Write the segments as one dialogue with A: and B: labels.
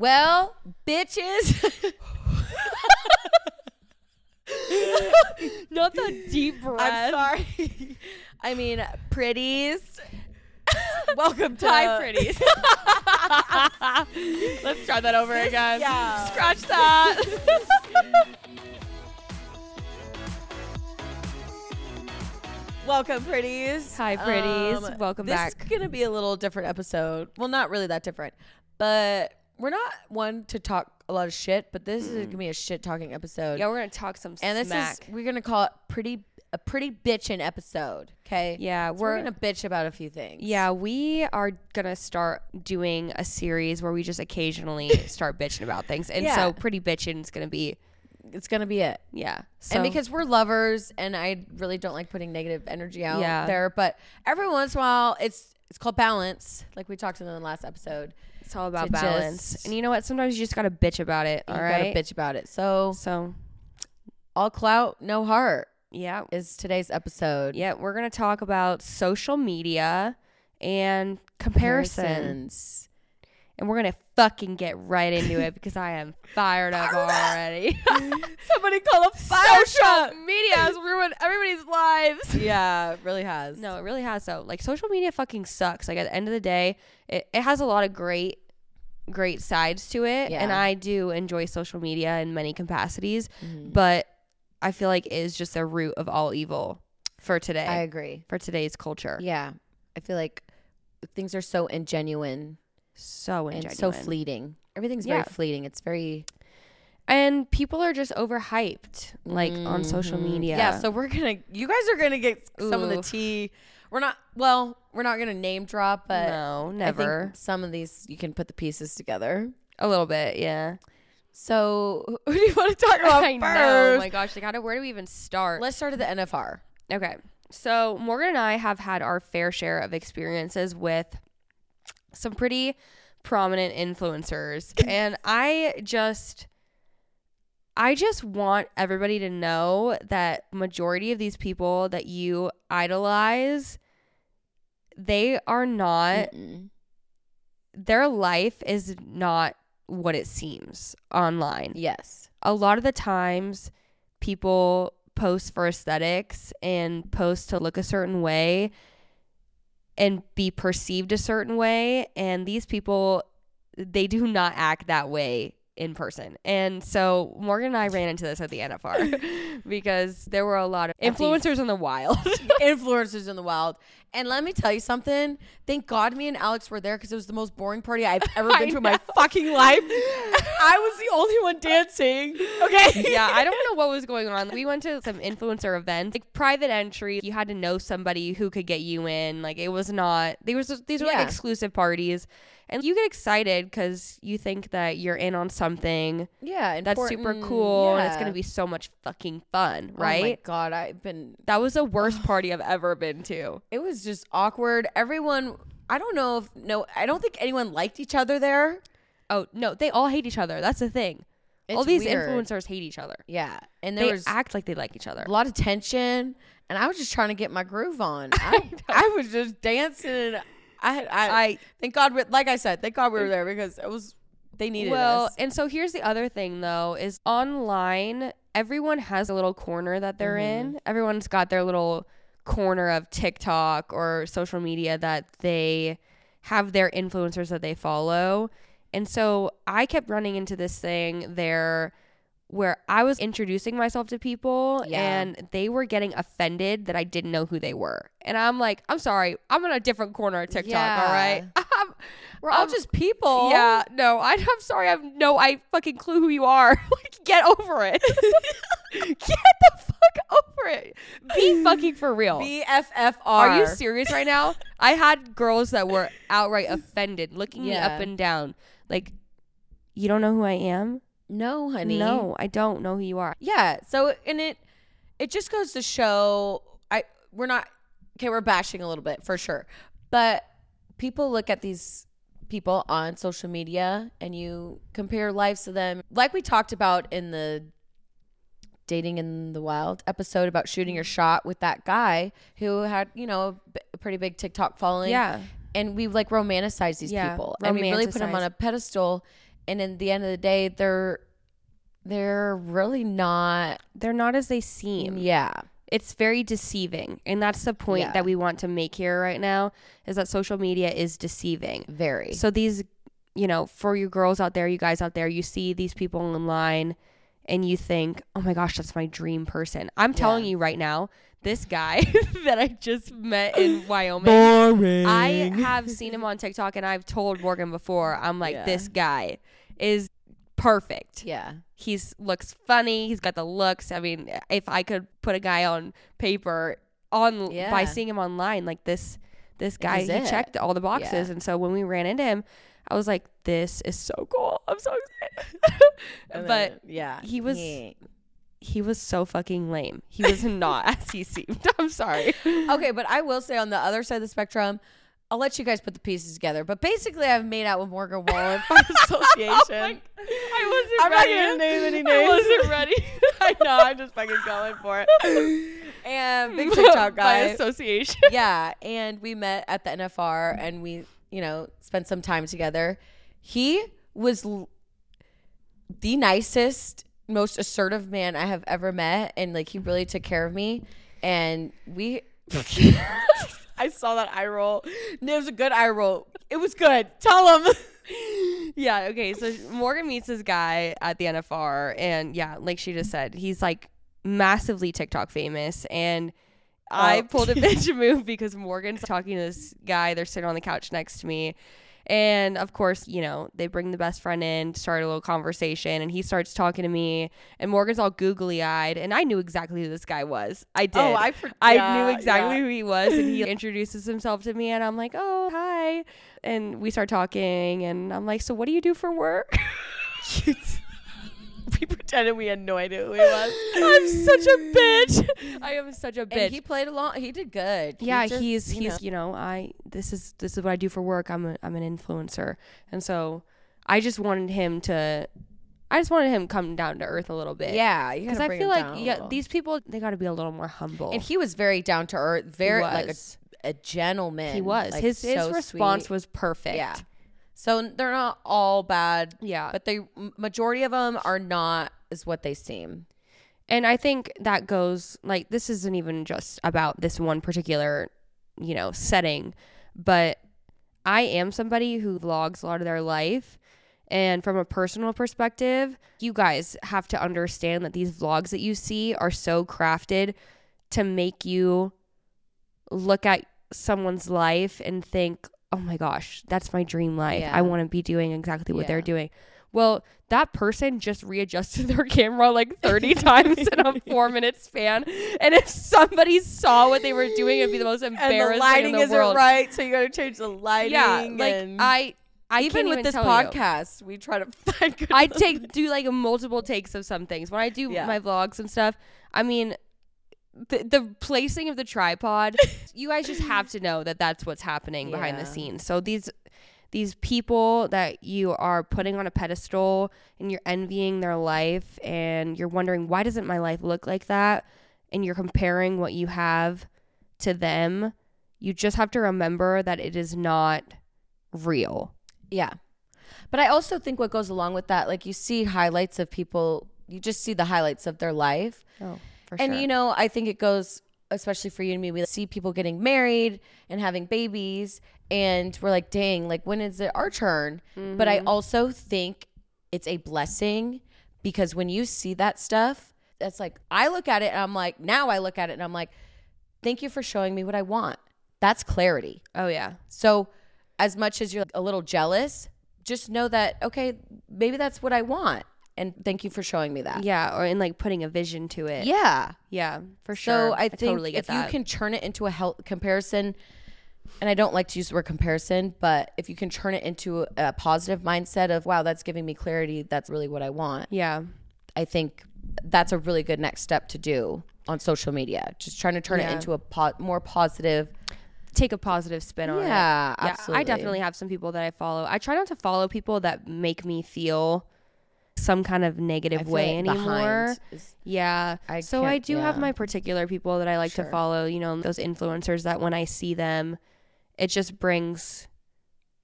A: Well, bitches.
B: Not the deep breath.
A: I'm sorry. Um, I mean, pretties.
B: Welcome
A: to-
B: Hi, pretties. Let's try that over again.
A: yeah.
B: Scratch that.
A: Welcome, pretties. Um,
B: Hi, pretties. Welcome
A: this
B: back.
A: is gonna be a little different episode. Well, not really that different, but we're not one to talk a lot of shit. But this is gonna be a shit talking episode.
B: yeah, we're gonna talk some
A: and this
B: smack.
A: is we're gonna call it pretty a pretty bitchin' episode. Okay.
B: yeah,
A: We're,
B: we're,
A: gonna bitch about a few things.
B: yeah, we are gonna start doing a series where we just occasionally start bitching about things, and
A: Yeah.
B: so pretty bitching is gonna be
A: it's gonna be it.
B: yeah. So
A: and because we're lovers, and I really don't like putting negative energy out
B: Yeah.
A: there, but every once in a while, it's it's called balance. Like we talked in the last episode,
B: it's all about
A: to
B: balance,
A: just-
B: and you know what? Sometimes you just gotta bitch about it.
A: you
B: All right,
A: gotta bitch about it. So
B: So
A: all clout, no heart
B: yeah,
A: is today's episode.
B: yeah, we're gonna talk about social media and comparison.
A: Comparisons.
B: and we're gonna fucking get right into it because I am fired up already.
A: Somebody call a
B: Social media has ruined everybody's lives.
A: yeah, it really has.
B: No, it really has though. Like social media fucking sucks. Like at the end of the day, it, it has a lot of great great sides to it. And
A: Yeah.
B: I do enjoy social media in many capacities, but I feel like it is just the root of all evil for today.
A: I agree.
B: for today's culture.
A: Yeah, I feel like things are so ingenuine
B: So
A: and
B: ingenuine.
A: so fleeting. Everything's
B: Yeah.
A: very fleeting. It's very
B: and people are just overhyped like on social
A: Mhm.
B: media.
A: Yeah, so we're gonna you guys are gonna get some of the
B: Ooh.
A: tea. We're not well, we're not gonna name drop, but
B: no,
A: I think
B: never.
A: some of these you can put the pieces together.
B: A little bit, yeah.
A: So who do you want to talk about
B: I
A: first?
B: know. oh My gosh, like, how do, where do we even start?
A: Let's start at the NFR.
B: okay, so Morgan and I have had our fair share of experiences with some pretty prominent influencers, and I just, I just want everybody to know that majority of these people that you idolize, they are not.
A: Mm-mm.
B: Their life is not what it seems online.
A: Yes.
B: a lot of the times people post for aesthetics and post to look a certain way and be perceived a certain way and these people they do not act that way in person and so morgan and i ran into this at the nfr because there were a lot of
A: At these-
B: influencers in the wild
A: Influencers in the wild. And let me tell you something. Thank God me and Alex were there because it was the most boring party I've ever
B: I
A: been to in my
B: know.
A: fucking life. I was the only one dancing. Okay.
B: yeah, I don't know what was going on. We went to some influencer events, like private entry. You had to know somebody who could get you in. Like it was not. They was these were
A: Yeah.
B: like exclusive parties, and you get excited because you think that you're in on something
A: Yeah.
B: that's
A: important.
B: super cool and it's
A: mm, Yeah.
B: gonna be so much fucking fun,
A: Oh my
B: right?
A: God. I've been
B: that was the worst party I've ever been to.
A: it was just awkward. Everyone, I don't know if no, I don't think anyone liked each other there.
B: Oh no, they all hate each other. That's the thing. all
A: It's
B: these
A: weird.
B: influencers hate each other.
A: yeah, and there
B: They
A: was
B: act like they like each other.
A: a lot of tension, and I was just trying to get my groove on. I, I was just dancing. and I, had- I, I
B: I
A: thank God, we, like I said, thank God we were there because it was they needed
B: well
A: us.
B: and so here's the other thing though is online everyone has a little corner that they're
A: Mm-hmm.
B: in everyone's got their little corner of tiktok or social media that they have their influencers that they follow and so i kept running into this thing there where i was introducing myself to people
A: Yeah.
B: and they were getting offended that i didn't know who they were and i'm like i'm sorry i'm on a different corner of tiktok all right I'm-
A: We're all
B: I'm-
A: just people.
B: yeah, no, I, I'm sorry. I have no I fucking clue who you are. like, get over it. get the fuck over it. Be fucking for real.
A: BFFR.
B: are you serious right now? I had girls that were outright offended, looking me
A: Yeah.
B: up and down, like, you don't know who I am?
A: No, honey.
B: No, I don't know who you are.
A: Yeah. So and it it just goes to show I we're not okay, we're bashing a little bit for sure. But people look at these people on social media and you compare lives to them. Like we talked about in the dating in the wild episode about shooting your shot with that guy who had, you know, a b- a pretty big TikTok following
B: Yeah.
A: and we like romanticize these
B: Yeah,
A: people and we really put them
B: romanticize.
A: on a pedestal and in the end of the day, they're they're really not.
B: They're not as they seem.
A: Yeah,
B: It's very deceiving. And that's the point
A: Yeah.
B: that we want to make here right now is that social media is deceiving.
A: very.
B: So these, you know, for you girls out there, you guys out there, you see these people online and you think, "Oh my gosh, that's my dream person." I'm telling you right now, this guy that I just met in Wyoming
A: boring.
B: I have seen him on TikTok and I've told Morgan before, I'm like,
A: Yeah.
B: this guy is perfect.
A: yeah.
B: He's looks funny. He's got the looks. I mean, if I could put a guy on paper on by
A: Yeah.
B: seeing him online, like this this guy,
A: is
B: he
A: it.
B: checked all the boxes. And so when we ran into him, I was like, this is so cool. I'm so excited.
A: And
B: but
A: then- yeah,
B: he was-
A: ain't.
B: he was so fucking lame. He was not as he seemed. I'm sorry.
A: okay, but I will say on the other side of the spectrum, I'll let you guys put the pieces together. But basically, I've made out with Morgan Wallen by association.
B: I wasn't
A: I'm not
B: ready.
A: gonna name any
B: I
A: names.
B: wasn't ready.
A: I know, I'm just fucking going for it. And big TikTok
B: by
A: guy.
B: association.
A: yeah, and we met at the NFR and we, you know, spent some time together. He was l- the nicest, most assertive man I have ever met and like he really took care of me and we I saw that eye roll. It was a good eye roll. It was good. Tell him.
B: Yeah, okay. So Morgan meets this guy at the NFR, and yeah, like she just said, he's like massively TikTok famous. And I
A: Oh.
B: pulled a bitch move because Morgan's talking to this guy. They're sitting on the couch next to me. And of course, you know, they bring the best friend in, start a little conversation, and he starts talking to me. And Morgan's all googly eyed, and I knew exactly who this guy was. I did.
A: Oh, I for-
B: I
A: yeah,
B: knew exactly
A: yeah.
B: who he was, and he introduces himself to me, and I'm like, oh, hi. And we start talking, and I'm like, so what do you do for work?
A: we pretended we had no idea who he was.
B: I'm such a bitch. I am such a bitch.
A: And he played along. He did good. He
B: yeah,
A: just,
B: he's
A: you
B: he's
A: know-
B: you know I this is this is what I do for work. I'm a, I'm an influencer, and so I just wanted him to, I just wanted him come down to earth a little bit.
A: yeah. you
B: because
A: gotta
B: I
A: bring
B: feel
A: him
B: like
A: down a
B: yeah
A: little.
B: these people they got to be a little more humble.
A: and he was very down to earth, very like
B: was.
A: a, a gentleman.
B: he was
A: like,
B: his his
A: so
B: response
A: sweet.
B: was perfect.
A: yeah. So they're not all bad,
B: yeah.
A: but they m- majority of them are not is what they seem.
B: And I think that goes like this isn't even just about this one particular, you know, setting, but I am somebody who vlogs a lot of their life. And from a personal perspective, you guys have to understand that these vlogs that you see are so crafted to make you look at someone's life and think, oh my gosh, that's my dream life.
A: Yeah.
B: I want to be doing exactly what they're
A: Yeah.
B: doing. Well, that person just readjusted their camera like 30 times in a four minute span. And if somebody saw what they were doing, it'd be the most embarrassing in the world.
A: right, so you got to change the lighting.
B: Yeah, like I, I
A: even
B: can't
A: with
B: even
A: this
B: tell you.
A: podcast, we try to find good.
B: I take do like multiple takes of some things when I do
A: Yeah.
B: my vlogs and stuff. I mean, the, the placing of the tripod, you guys just have to know that that's what's happening behind the
A: Yeah.
B: scenes. So these these people that you are putting on a pedestal and you're envying their life and you're wondering why doesn't my life look like that and you're comparing what you have to them you just have to remember that it is not real
A: Yeah. But I also think what goes along with that, like you see highlights of people, you just see the highlights of their life.
B: oh for
A: and, you know, I think it goes, especially for you and me, we see people getting married and having babies. And we're like, dang, like, when is it our turn? But
B: Mm-hmm.
A: I also think it's a blessing because when you see that stuff, that's like, I look at it and I'm like, now I look at it and I'm like, thank you for showing me what I want. That's clarity.
B: oh yeah
A: So, as much as you're a little jealous, just know that, okay, maybe that's what I want. And thank you for showing me that.
B: Yeah, or in like putting a vision to it. Yeah,
A: Yeah.
B: for sure.
A: So, I think
B: totally get
A: if
B: that.
A: you can turn it into a health comparison, and I don't like to use the word comparison, but if you can turn it into a positive mindset of, wow, that's giving me clarity, that's really what I want,
B: yeah,
A: I think that's a really good next step to do on social media. Just trying to turn
B: Yeah.
A: it into a po- more positive.
B: take a positive spin on it.
A: Yeah, absolutely.
B: I definitely have some people that I follow. I try not to follow people that make me feel some kind of negative
A: I feel
B: way
A: like
B: anymore.
A: behind is-
B: Yeah.
A: I
B: so I
A: can't-
B: do have
A: yeah.
B: my particular people that I like to
A: Sure.
B: follow, you know, those influencers that when I see them, it just brings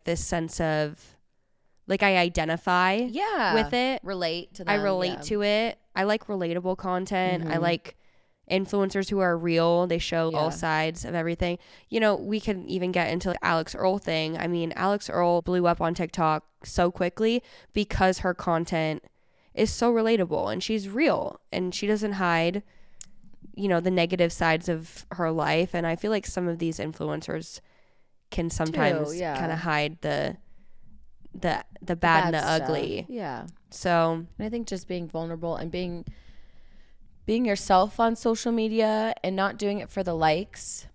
B: this sense of Like I identify
A: Yeah.
B: with it.
A: Relate to them.
B: I relate
A: Um, yeah.
B: to it. I like relatable content. I
A: Mhm.
B: like influencers who are real. They show
A: Yeah.
B: all sides of everything. You know, we can even get into the Alex Earl thing. I mean, Alex Earl blew up on TikTok so quickly because her content is so relatable and she's real and she doesn't hide you know the negative sides of her life and I feel like some of these influencers can sometimes
A: yeah.
B: kind of hide the the the bad, and the
A: stuff.
B: ugly.
A: Yeah.
B: So,
A: And I think just being vulnerable and being being yourself on social media and not doing it for the likes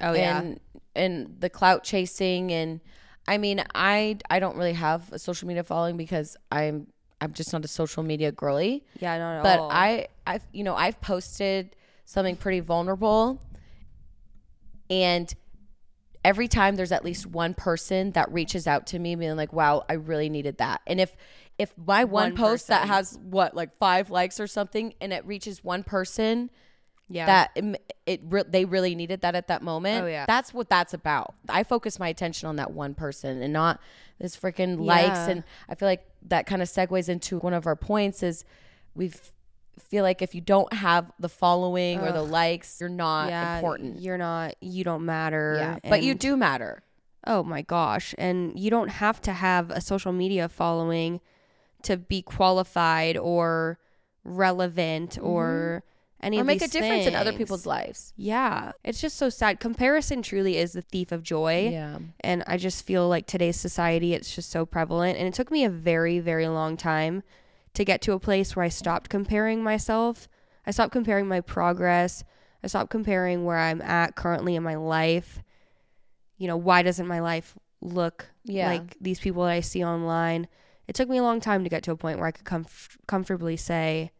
B: oh
A: and and the clout chasing and I mean I I don't really have a social media following because I'm I'm just not a social media girly.
B: Yeah, not at
A: but
B: all.
A: I, I've you know I've posted something pretty vulnerable, and every time there's at least one person that reaches out to me being like, "Wow, I really needed that." And if if my one,
B: One
A: post that
B: person.
A: has what like five likes or something, and it reaches one person
B: yeah.
A: that it, m- it re- they really needed that at that moment.
B: Oh, yeah.
A: That's what that's about. I focus my attention on that one person and not this freaking likes.
B: Yeah.
A: And I feel like that kind of segues into one of our points is we feel like if you don't have the following or the likes, you're not important.
B: You're not. You don't matter.
A: yeah. But you
B: and-
A: do matter.
B: Oh my gosh! And you don't have to have a social media following to be qualified or relevant or any
A: Mm-hmm. Or
B: of
A: make a
B: these
A: difference in other
B: things.
A: people's lives.
B: Yeah, it's just so sad. Comparison truly is the thief of joy.
A: Yeah.
B: And I just feel like today's society, it's just so prevalent. And it took me a very, very long time to get to a place where I stopped comparing myself. I stopped comparing my progress. I stopped comparing where I'm at currently in my life. You know, why doesn't my life look
A: Yeah.
B: like these people that I see online? It took me a long time to get to a point where I could comf- comfortably say,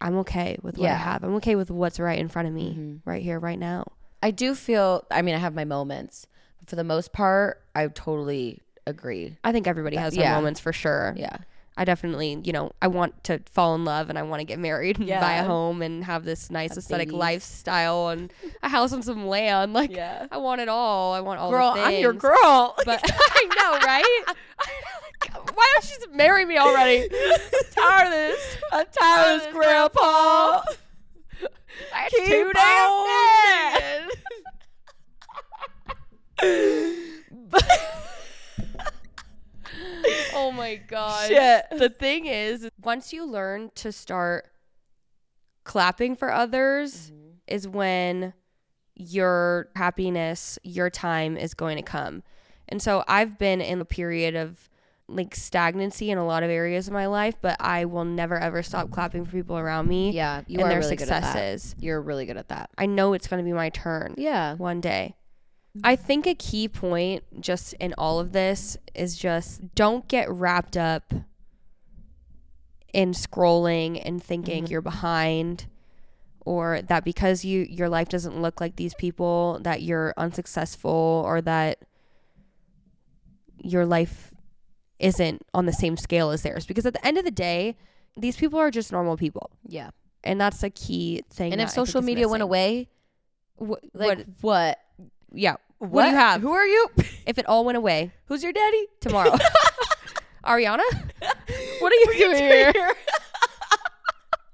B: I'm okay with what I
A: Yeah.
B: have. I'm okay with what's right in front of me,
A: Mhm.
B: right here, right now.
A: I do feel, I mean, I have my moments, but for the most part, I totally agree.
B: I think everybody has their
A: Uh, yeah.
B: moments for sure.
A: Yeah.
B: I definitely, you know, I want to fall in love and I want to get married and buy a
A: Yeah.
B: home and have this nice
A: Have
B: aesthetic
A: babies.
B: lifestyle and a house and some land. Like,
A: Yeah.
B: I want it all. I want all
A: Girl,
B: the things.
A: I'm your girl.
B: But I know, right? Why don't she just marry me already? tired of this.
A: I'm tired
B: of this,
A: grandpa.
B: I have
A: Keep
B: two damn
A: on
B: kids. oh my god.
A: Shit.
B: The thing is, once you learn to start clapping for others
A: Mm-hmm.
B: is when your happiness, your time is going to come. And so I've been in a period of like stagnancy in a lot of areas of my life, but I will never ever stop clapping for people around me
A: Yeah, you
B: and
A: are
B: their
A: really good at
B: successes.
A: that. You're really good at that.
B: I know it's going to be my turn
A: Yeah.
B: one day. I
A: Mm-hmm.
B: think a key point just in all of this is just don't get wrapped up in scrolling and thinking
A: Mm-hmm.
B: you're behind or that because you your life doesn't look like these people that you're unsuccessful or that your life isn't on the same scale as theirs because at the end of the day these people are just normal people
A: Yeah.
B: and that's a key thing
A: And
B: that
A: if
B: I think
A: social
B: is
A: media went
B: missing.
A: away,
B: Wh-
A: like
B: what,
A: what?
B: yeah what? do you have
A: Who are you?
B: if it all went away
A: Who's your daddy?
B: tomorrow. Ariana, what are you doing here?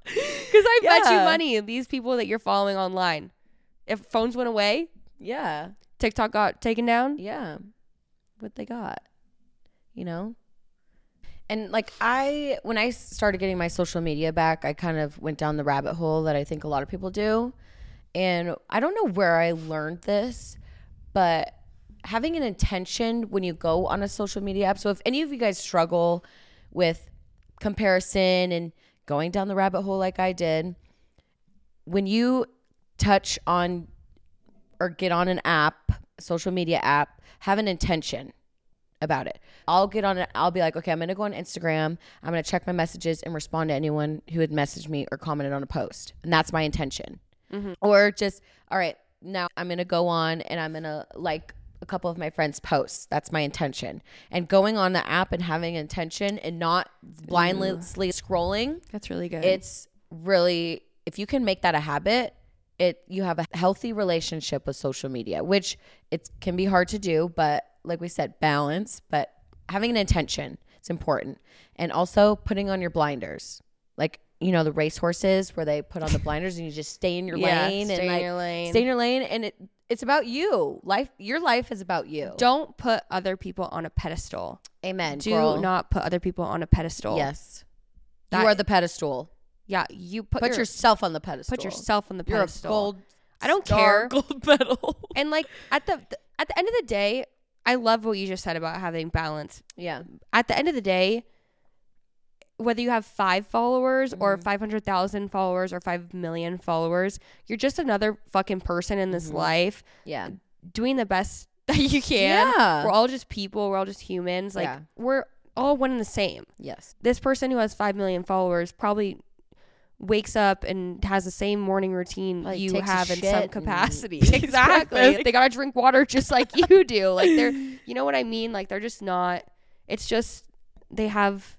B: Because I bet you
A: Yeah.
B: money these people that you're following online. If phones went away,
A: Yeah.
B: TikTok got taken down.
A: Yeah. What they got. You know? And like I when I started getting my social media back, I kind of went down the rabbit hole that I think a lot of people do. And I don't know where I learned this, but having an intention when you go on a social media app. So if any of you guys struggle with comparison and going down the rabbit hole like I did, when you touch on or get on an app, social media app, have an intention about it. I'll get on it. I'll be like, okay, I'm going to go on Instagram. I'm going to check my messages and respond to anyone who had messaged me or commented on a post. And that's my intention. Or just, all right, now I'm going to go on and I'm going to like a couple of my friends' posts. That's my intention. And going on the app and having intention and not blindly scrolling
B: That's really good.
A: it's really if you can make that a habit it you have a healthy relationship with social media which it can be hard to do but like we said balance but having an intention is important. And also putting on your blinders. Like, you know, the racehorses where they put on the blinders and you just stay in your
B: Yeah,
A: lane
B: stay
A: and
B: in
A: like
B: your lane.
A: stay in your lane and it it's about you. Life your life is about you.
B: Don't put other people on a pedestal.
A: Amen.
B: Do
A: girl.
B: not put other people on a pedestal.
A: Yes.
B: That-
A: you are the pedestal.
B: Yeah. You put,
A: Put
B: your,
A: yourself on the pedestal.
B: put yourself on the
A: You're a
B: pedestal.
A: gold.
B: I don't
A: star,
B: care.
A: Gold medal.
B: And like at the at the end of the day, I love what you just said about having balance.
A: yeah.
B: At the end of the day, whether you have five followers or
A: Mm-hmm.
B: five hundred thousand followers or five million followers, you're just another fucking person in this
A: Mm-hmm.
B: life
A: Yeah.
B: doing the best that you can.
A: Yeah.
B: We're all just people. We're all just humans. Like
A: Yeah.
B: we're all one and the same.
A: Yes.
B: This person who has five million followers probably wakes up and has the same morning routine
A: Probably
B: you
A: takes a
B: have in
A: shit
B: some
A: and
B: capacity.
A: takes
B: Exactly.
A: breakfast.
B: they gotta drink water just like you do. Like they're you know what I mean? Like they're just not it's just they have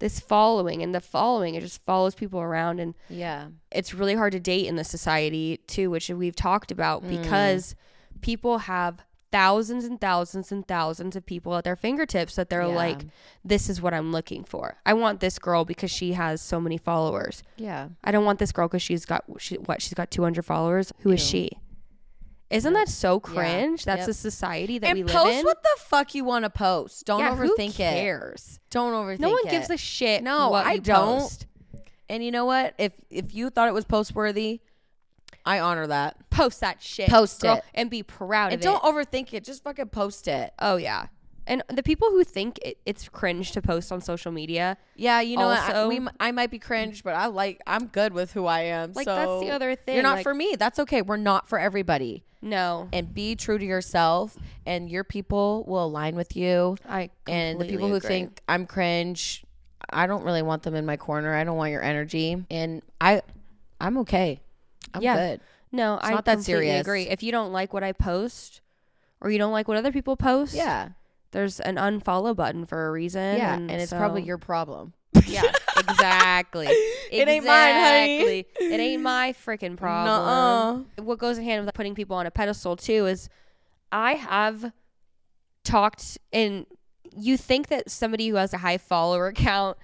B: this following and the following it just follows people around and
A: Yeah.
B: it's really hard to date in this society too, which we've talked about
A: Mm.
B: because people have thousands and thousands and thousands of people at their fingertips that they're
A: Yeah.
B: like, this is what I'm looking for. I want this girl because she has so many followers.
A: Yeah.
B: I don't want this girl because she's got she, what she's got 200 followers. Who is she? Isn't that so cringe? That's
A: Yep.
B: the society that we
A: And
B: live
A: post
B: in.
A: what the fuck you want to post. Don't
B: yeah, who
A: overthink it.
B: cares?
A: Don't overthink
B: No one
A: it.
B: gives a shit.
A: No,
B: what
A: I
B: you
A: don't.
B: Post.
A: and you know what? If if you thought it was post worthy, I honor that.
B: post that shit.
A: Post
B: girl,
A: it.
B: and be proud
A: And
B: of it.
A: don't overthink it. Just fucking post it.
B: Oh yeah. And the people who think it, it's cringe to post on social media,
A: Yeah, you know, what? I,
B: Also-
A: we, m- I might be cringe, but I like I'm good with who I am.
B: Like, that's the
A: so
B: other thing,
A: You're not
B: like-
A: for me. That's okay. We're not for everybody.
B: no.
A: And be true to yourself, and your people will align with you.
B: I
A: and the
B: completely
A: people who
B: agree.
A: think I'm cringe, I don't really want them in my corner. I don't want your energy, and I, I'm okay. I'm
B: Yeah.
A: good.
B: no, I
A: not that
B: completely
A: serious.
B: agree. If you don't like what I post, or you don't like what other people post,
A: Yeah,
B: there's an unfollow button for a reason.
A: yeah, and it's
B: so-
A: probably your problem.
B: yeah, exactly.
A: It ain't mine, honey.
B: Exactly. It ain't my freaking problem.
A: Nuh-uh.
B: What goes in hand with putting people on a pedestal too is I have talked and you think that somebody who has a high follower count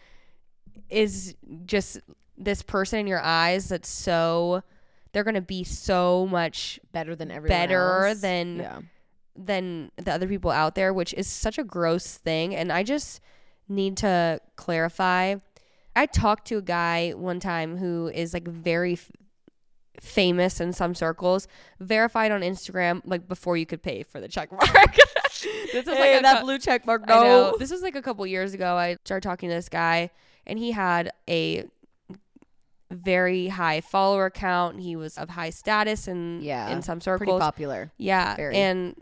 B: is just this person in your eyes that's so they're gonna be so much
A: Better than everyone.
B: Better
A: else.
B: than-
A: yeah.
B: than the other people out there, which is such a gross thing. And I just need to clarify. I talked to a guy one time who is like very f- famous in some circles, verified on Instagram, like before you could pay for the check mark. this was like a cou-
A: blue check mark.
B: I know. This was like a couple years ago. I started talking to this guy, and he had a very high follower count. He was of high status and
A: Yeah,
B: in some
A: pretty
B: circles.
A: popular.
B: Yeah.
A: Very.
B: And,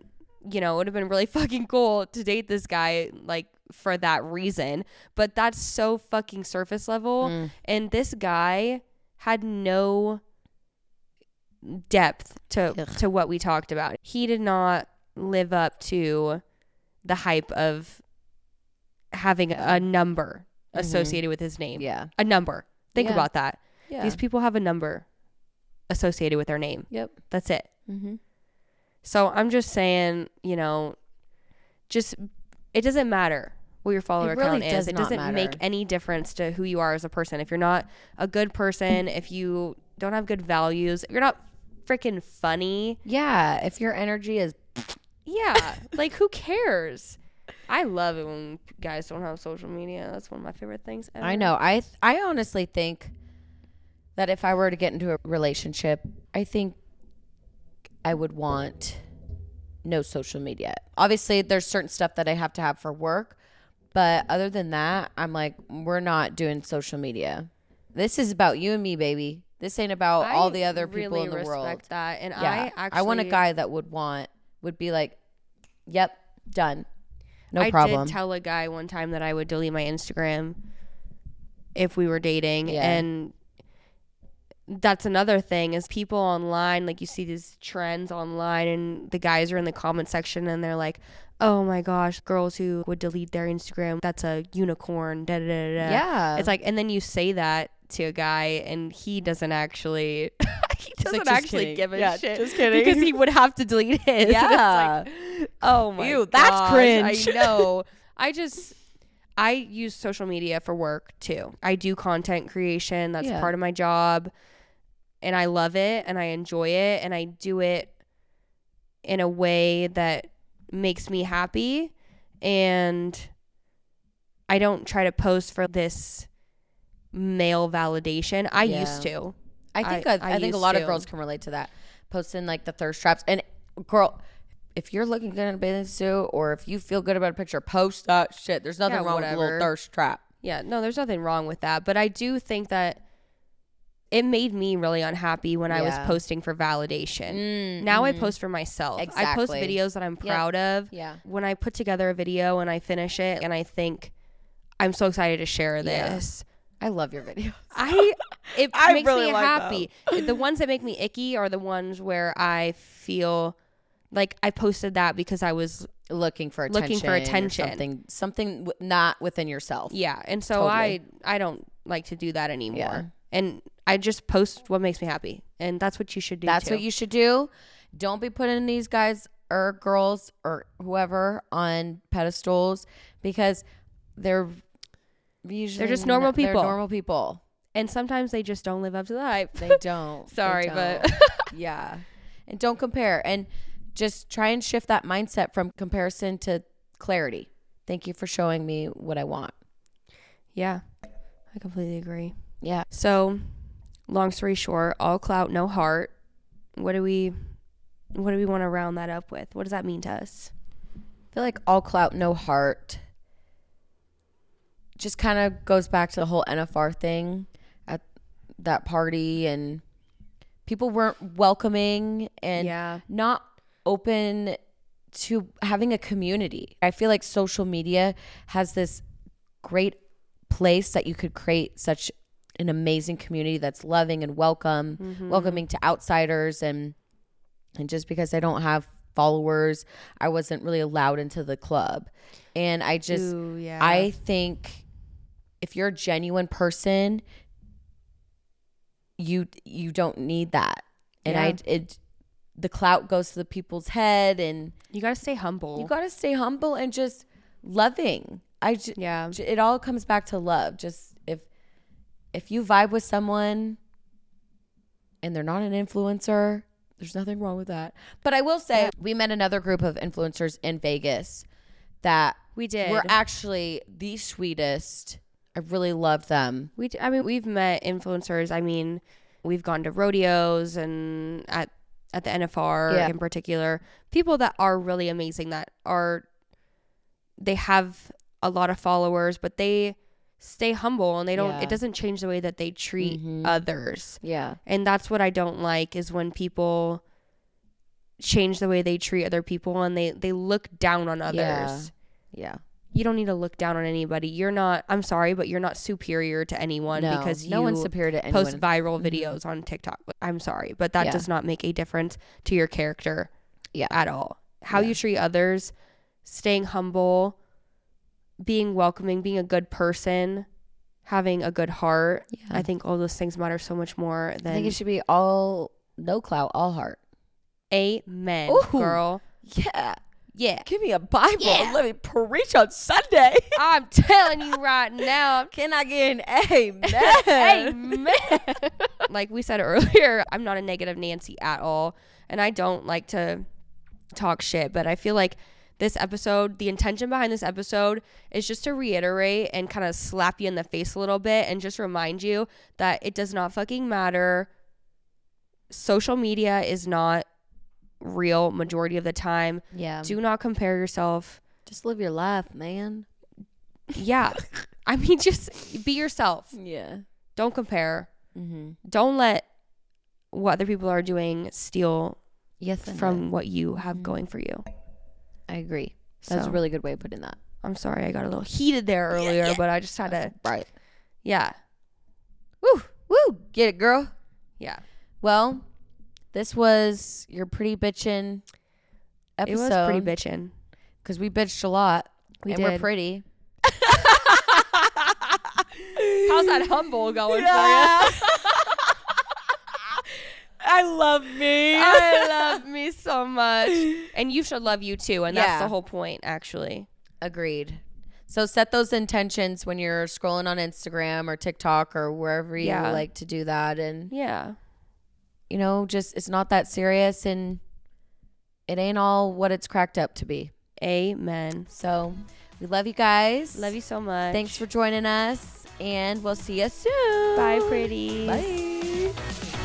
B: you know, it would have been really fucking cool to date this guy, like, for that reason. But that's so fucking surface level.
A: Mm.
B: And this guy had no depth to
A: Ugh.
B: to what we talked about. He did not live up to the hype of having a number associated with his name.
A: Mm-hmm. Yeah,
B: A number. Think
A: Yeah.
B: about that.
A: yeah.
B: These people have a number associated with their name.
A: yep.
B: That's it.
A: Mm-hmm.
B: So I'm just saying, you know, just it doesn't matter what your follower
A: really
B: count
A: does
B: is. It
A: not
B: doesn't make
A: matter.
B: any difference to who you are as a person. If you're not a good person, if you don't have good values, if you're not freaking funny,
A: Yeah, if your energy is
B: yeah, like who cares? I love it when guys don't have social media. That's one of my favorite things. Ever.
A: I know. I th- I honestly think that if I were to get into a relationship, I think I would want no social media. Obviously, there's certain stuff that I have to have for work, but other than that, I'm like we're not doing social media. This is about you and me, baby. This ain't about all
B: I
A: the other people
B: really
A: in the
B: respect
A: world.
B: That and
A: Yeah.
B: I
A: I,
B: actually
A: want a guy that would want would be like, "Yep, done. No
B: I
A: problem."
B: did tell a guy one time that I would delete my Instagram if we were dating,
A: Yeah.
B: and that's another thing is people online like you see these trends online, and the guys are in the comment section and they're like, "Oh my gosh, girls who would delete their Instagram, that's a unicorn." Da da da da. da."
A: yeah.
B: it's like, and then you say that to a guy, and he doesn't actually. He doesn't
A: "Just
B: actually
A: kidding.
B: give a
A: Yeah,
B: shit.
A: just kidding.
B: Because he would have to delete his. And it's like,
A: yeah.
B: Oh my
A: Ew, that's
B: gosh,
A: cringe.
B: I know. I just I use social media for work too. I do content creation. That's
A: Yeah.
B: part of my job. And I love it and I enjoy it and I do it in a way that makes me happy and I don't try to post for this male validation. I
A: Yeah.
B: used to.
A: I think I,
B: I-
A: I,
B: I
A: think a
B: used
A: lot of
B: to.
A: girls can relate to that. Posting like the thirst traps and girl, if you're looking good in a bathing suit or if you feel good about a picture, post that shit. There's nothing
B: Yeah,
A: wrong with a little
B: whatever.
A: thirst trap.
B: Yeah, no, there's nothing wrong with that. But I do think that it made me really unhappy when I was
A: Yeah. Mm-hmm.
B: posting for validation.
A: Mm,
B: Now I post for myself. I post
A: Exactly.
B: videos that I'm
A: Yep.
B: proud of.
A: Yeah.
B: When I put together a video and I finish it and I think, I'm so excited to share
A: Yeah.
B: this.
A: I love your videos.
B: I it
A: I
B: makes
A: really
B: me
A: like
B: happy. the ones that make me icky are the ones where I feel like I posted that because I was
A: Looking for attention.
B: Looking for
A: or
B: attention.
A: Something something w- not within yourself.
B: yeah, and so
A: Totally.
B: I I don't like to do that anymore.
A: Yeah.
B: And I just post what makes me happy, and that's what you should do.
A: That's
B: too.
A: what you should do. Don't be putting these guys or girls or whoever on pedestals because they're usually
B: just normal
A: they're
B: people.
A: normal people.
B: and sometimes they just don't live up to the hype.
A: They don't. They
B: Sorry,
A: don't.
B: but
A: yeah. And don't compare and just try and shift that mindset from comparison to clarity. Thank you for showing me what I want.
B: yeah, I completely agree.
A: Yeah.
B: So, long story short, all clout, no heart. What do we, what do we want to round that up with? What does that mean to us?
A: I feel like all clout, no heart. Just kind of goes back to the whole NFR thing at that party, and people weren't welcoming and
B: Yeah.
A: not open to having a community. I feel like social media has this great place that you could create such an amazing community that's loving and welcome, welcoming to outsiders and and just because I don't have followers, I wasn't really allowed into the club. And I just
B: Ooh, yeah.
A: I think if you're a genuine person, you you don't need that. And I it the clout goes to the people's head and
B: you gotta stay humble.
A: you got to stay humble and just loving. I ju-
B: yeah.
A: j- it all comes back to love. Just if if you vibe with someone and they're not an influencer, there's nothing wrong with that. But I will say we met another group of influencers in Vegas that
B: We did.
A: were actually the sweetest. I really love them.
B: We, d- I mean, we've met influencers. I mean, we've gone to rodeos and at at the NFR
A: Yeah.
B: in particular. People that are really amazing that are they have a lot of followers, but they stay humble and they don't.
A: Yeah. Mm-hmm.
B: It doesn't change the way that they treat others,
A: Yeah.
B: and that's what I don't like is when people change the way they treat other people and they they look down on others
A: Yeah. Yeah.
B: you don't need to look down on anybody. You're not. I'm sorry, but you're not superior to anyone
A: No,
B: because you
A: no one's superior to anyone. Mm-hmm.
B: post viral videos on TikTok. I'm sorry, but that
A: Yeah.
B: does not make a difference to your character,
A: Yeah.
B: at all. How you treat others, staying humble, being welcoming, being a good person, having a good heart. I think all those things matter so much more
A: I think
B: than
A: it should be all no clout, all heart.
B: amen,
A: Ooh.
B: girl.
A: Yeah.
B: Yeah,
A: Give me a Bible and let me preach on Sunday.
B: I'm telling you right now. I'm
A: Can I get an amen?
B: Amen. like we said earlier, I'm not a negative Nancy at all. And I don't like to talk shit, but I feel like this episode, the intention behind this episode is just to reiterate and kind of slap you in the face a little bit and just remind you that it does not fucking matter. Social media is not real majority of the time.
A: Yeah.
B: Do not compare yourself.
A: Just live your life, man.
B: Yeah. I mean, just be yourself.
A: Yeah.
B: Don't compare.
A: Mm-hmm.
B: don't let what other people are doing steal
A: Yes, from
B: from what you have going for you.
A: I agree. That's
B: So.
A: a really good way of putting that.
B: I'm sorry I got a little heated there earlier, but I just had to
A: Right.
B: yeah.
A: Woo, woo, get it, girl.
B: Yeah.
A: Well, this was your pretty bitchin'
B: It
A: episode.
B: was pretty bitchin'.
A: because we bitched a lot.
B: We
A: and we're
B: did.
A: pretty.
B: How's that humble going
A: I love me.
B: I love me so much. And you should love you too, and
A: Yeah.
B: that's the whole point actually.
A: Agreed. So set those intentions when you're scrolling on Instagram or TikTok or wherever you
B: Yeah.
A: like to do that and
B: Yeah.
A: you know, just it's not that serious and it ain't all what it's cracked up to be.
B: Amen.
A: So, we love you guys.
B: Love you so much.
A: Thanks for joining us and we'll see you soon.
B: Bye, pretty.
A: Bye.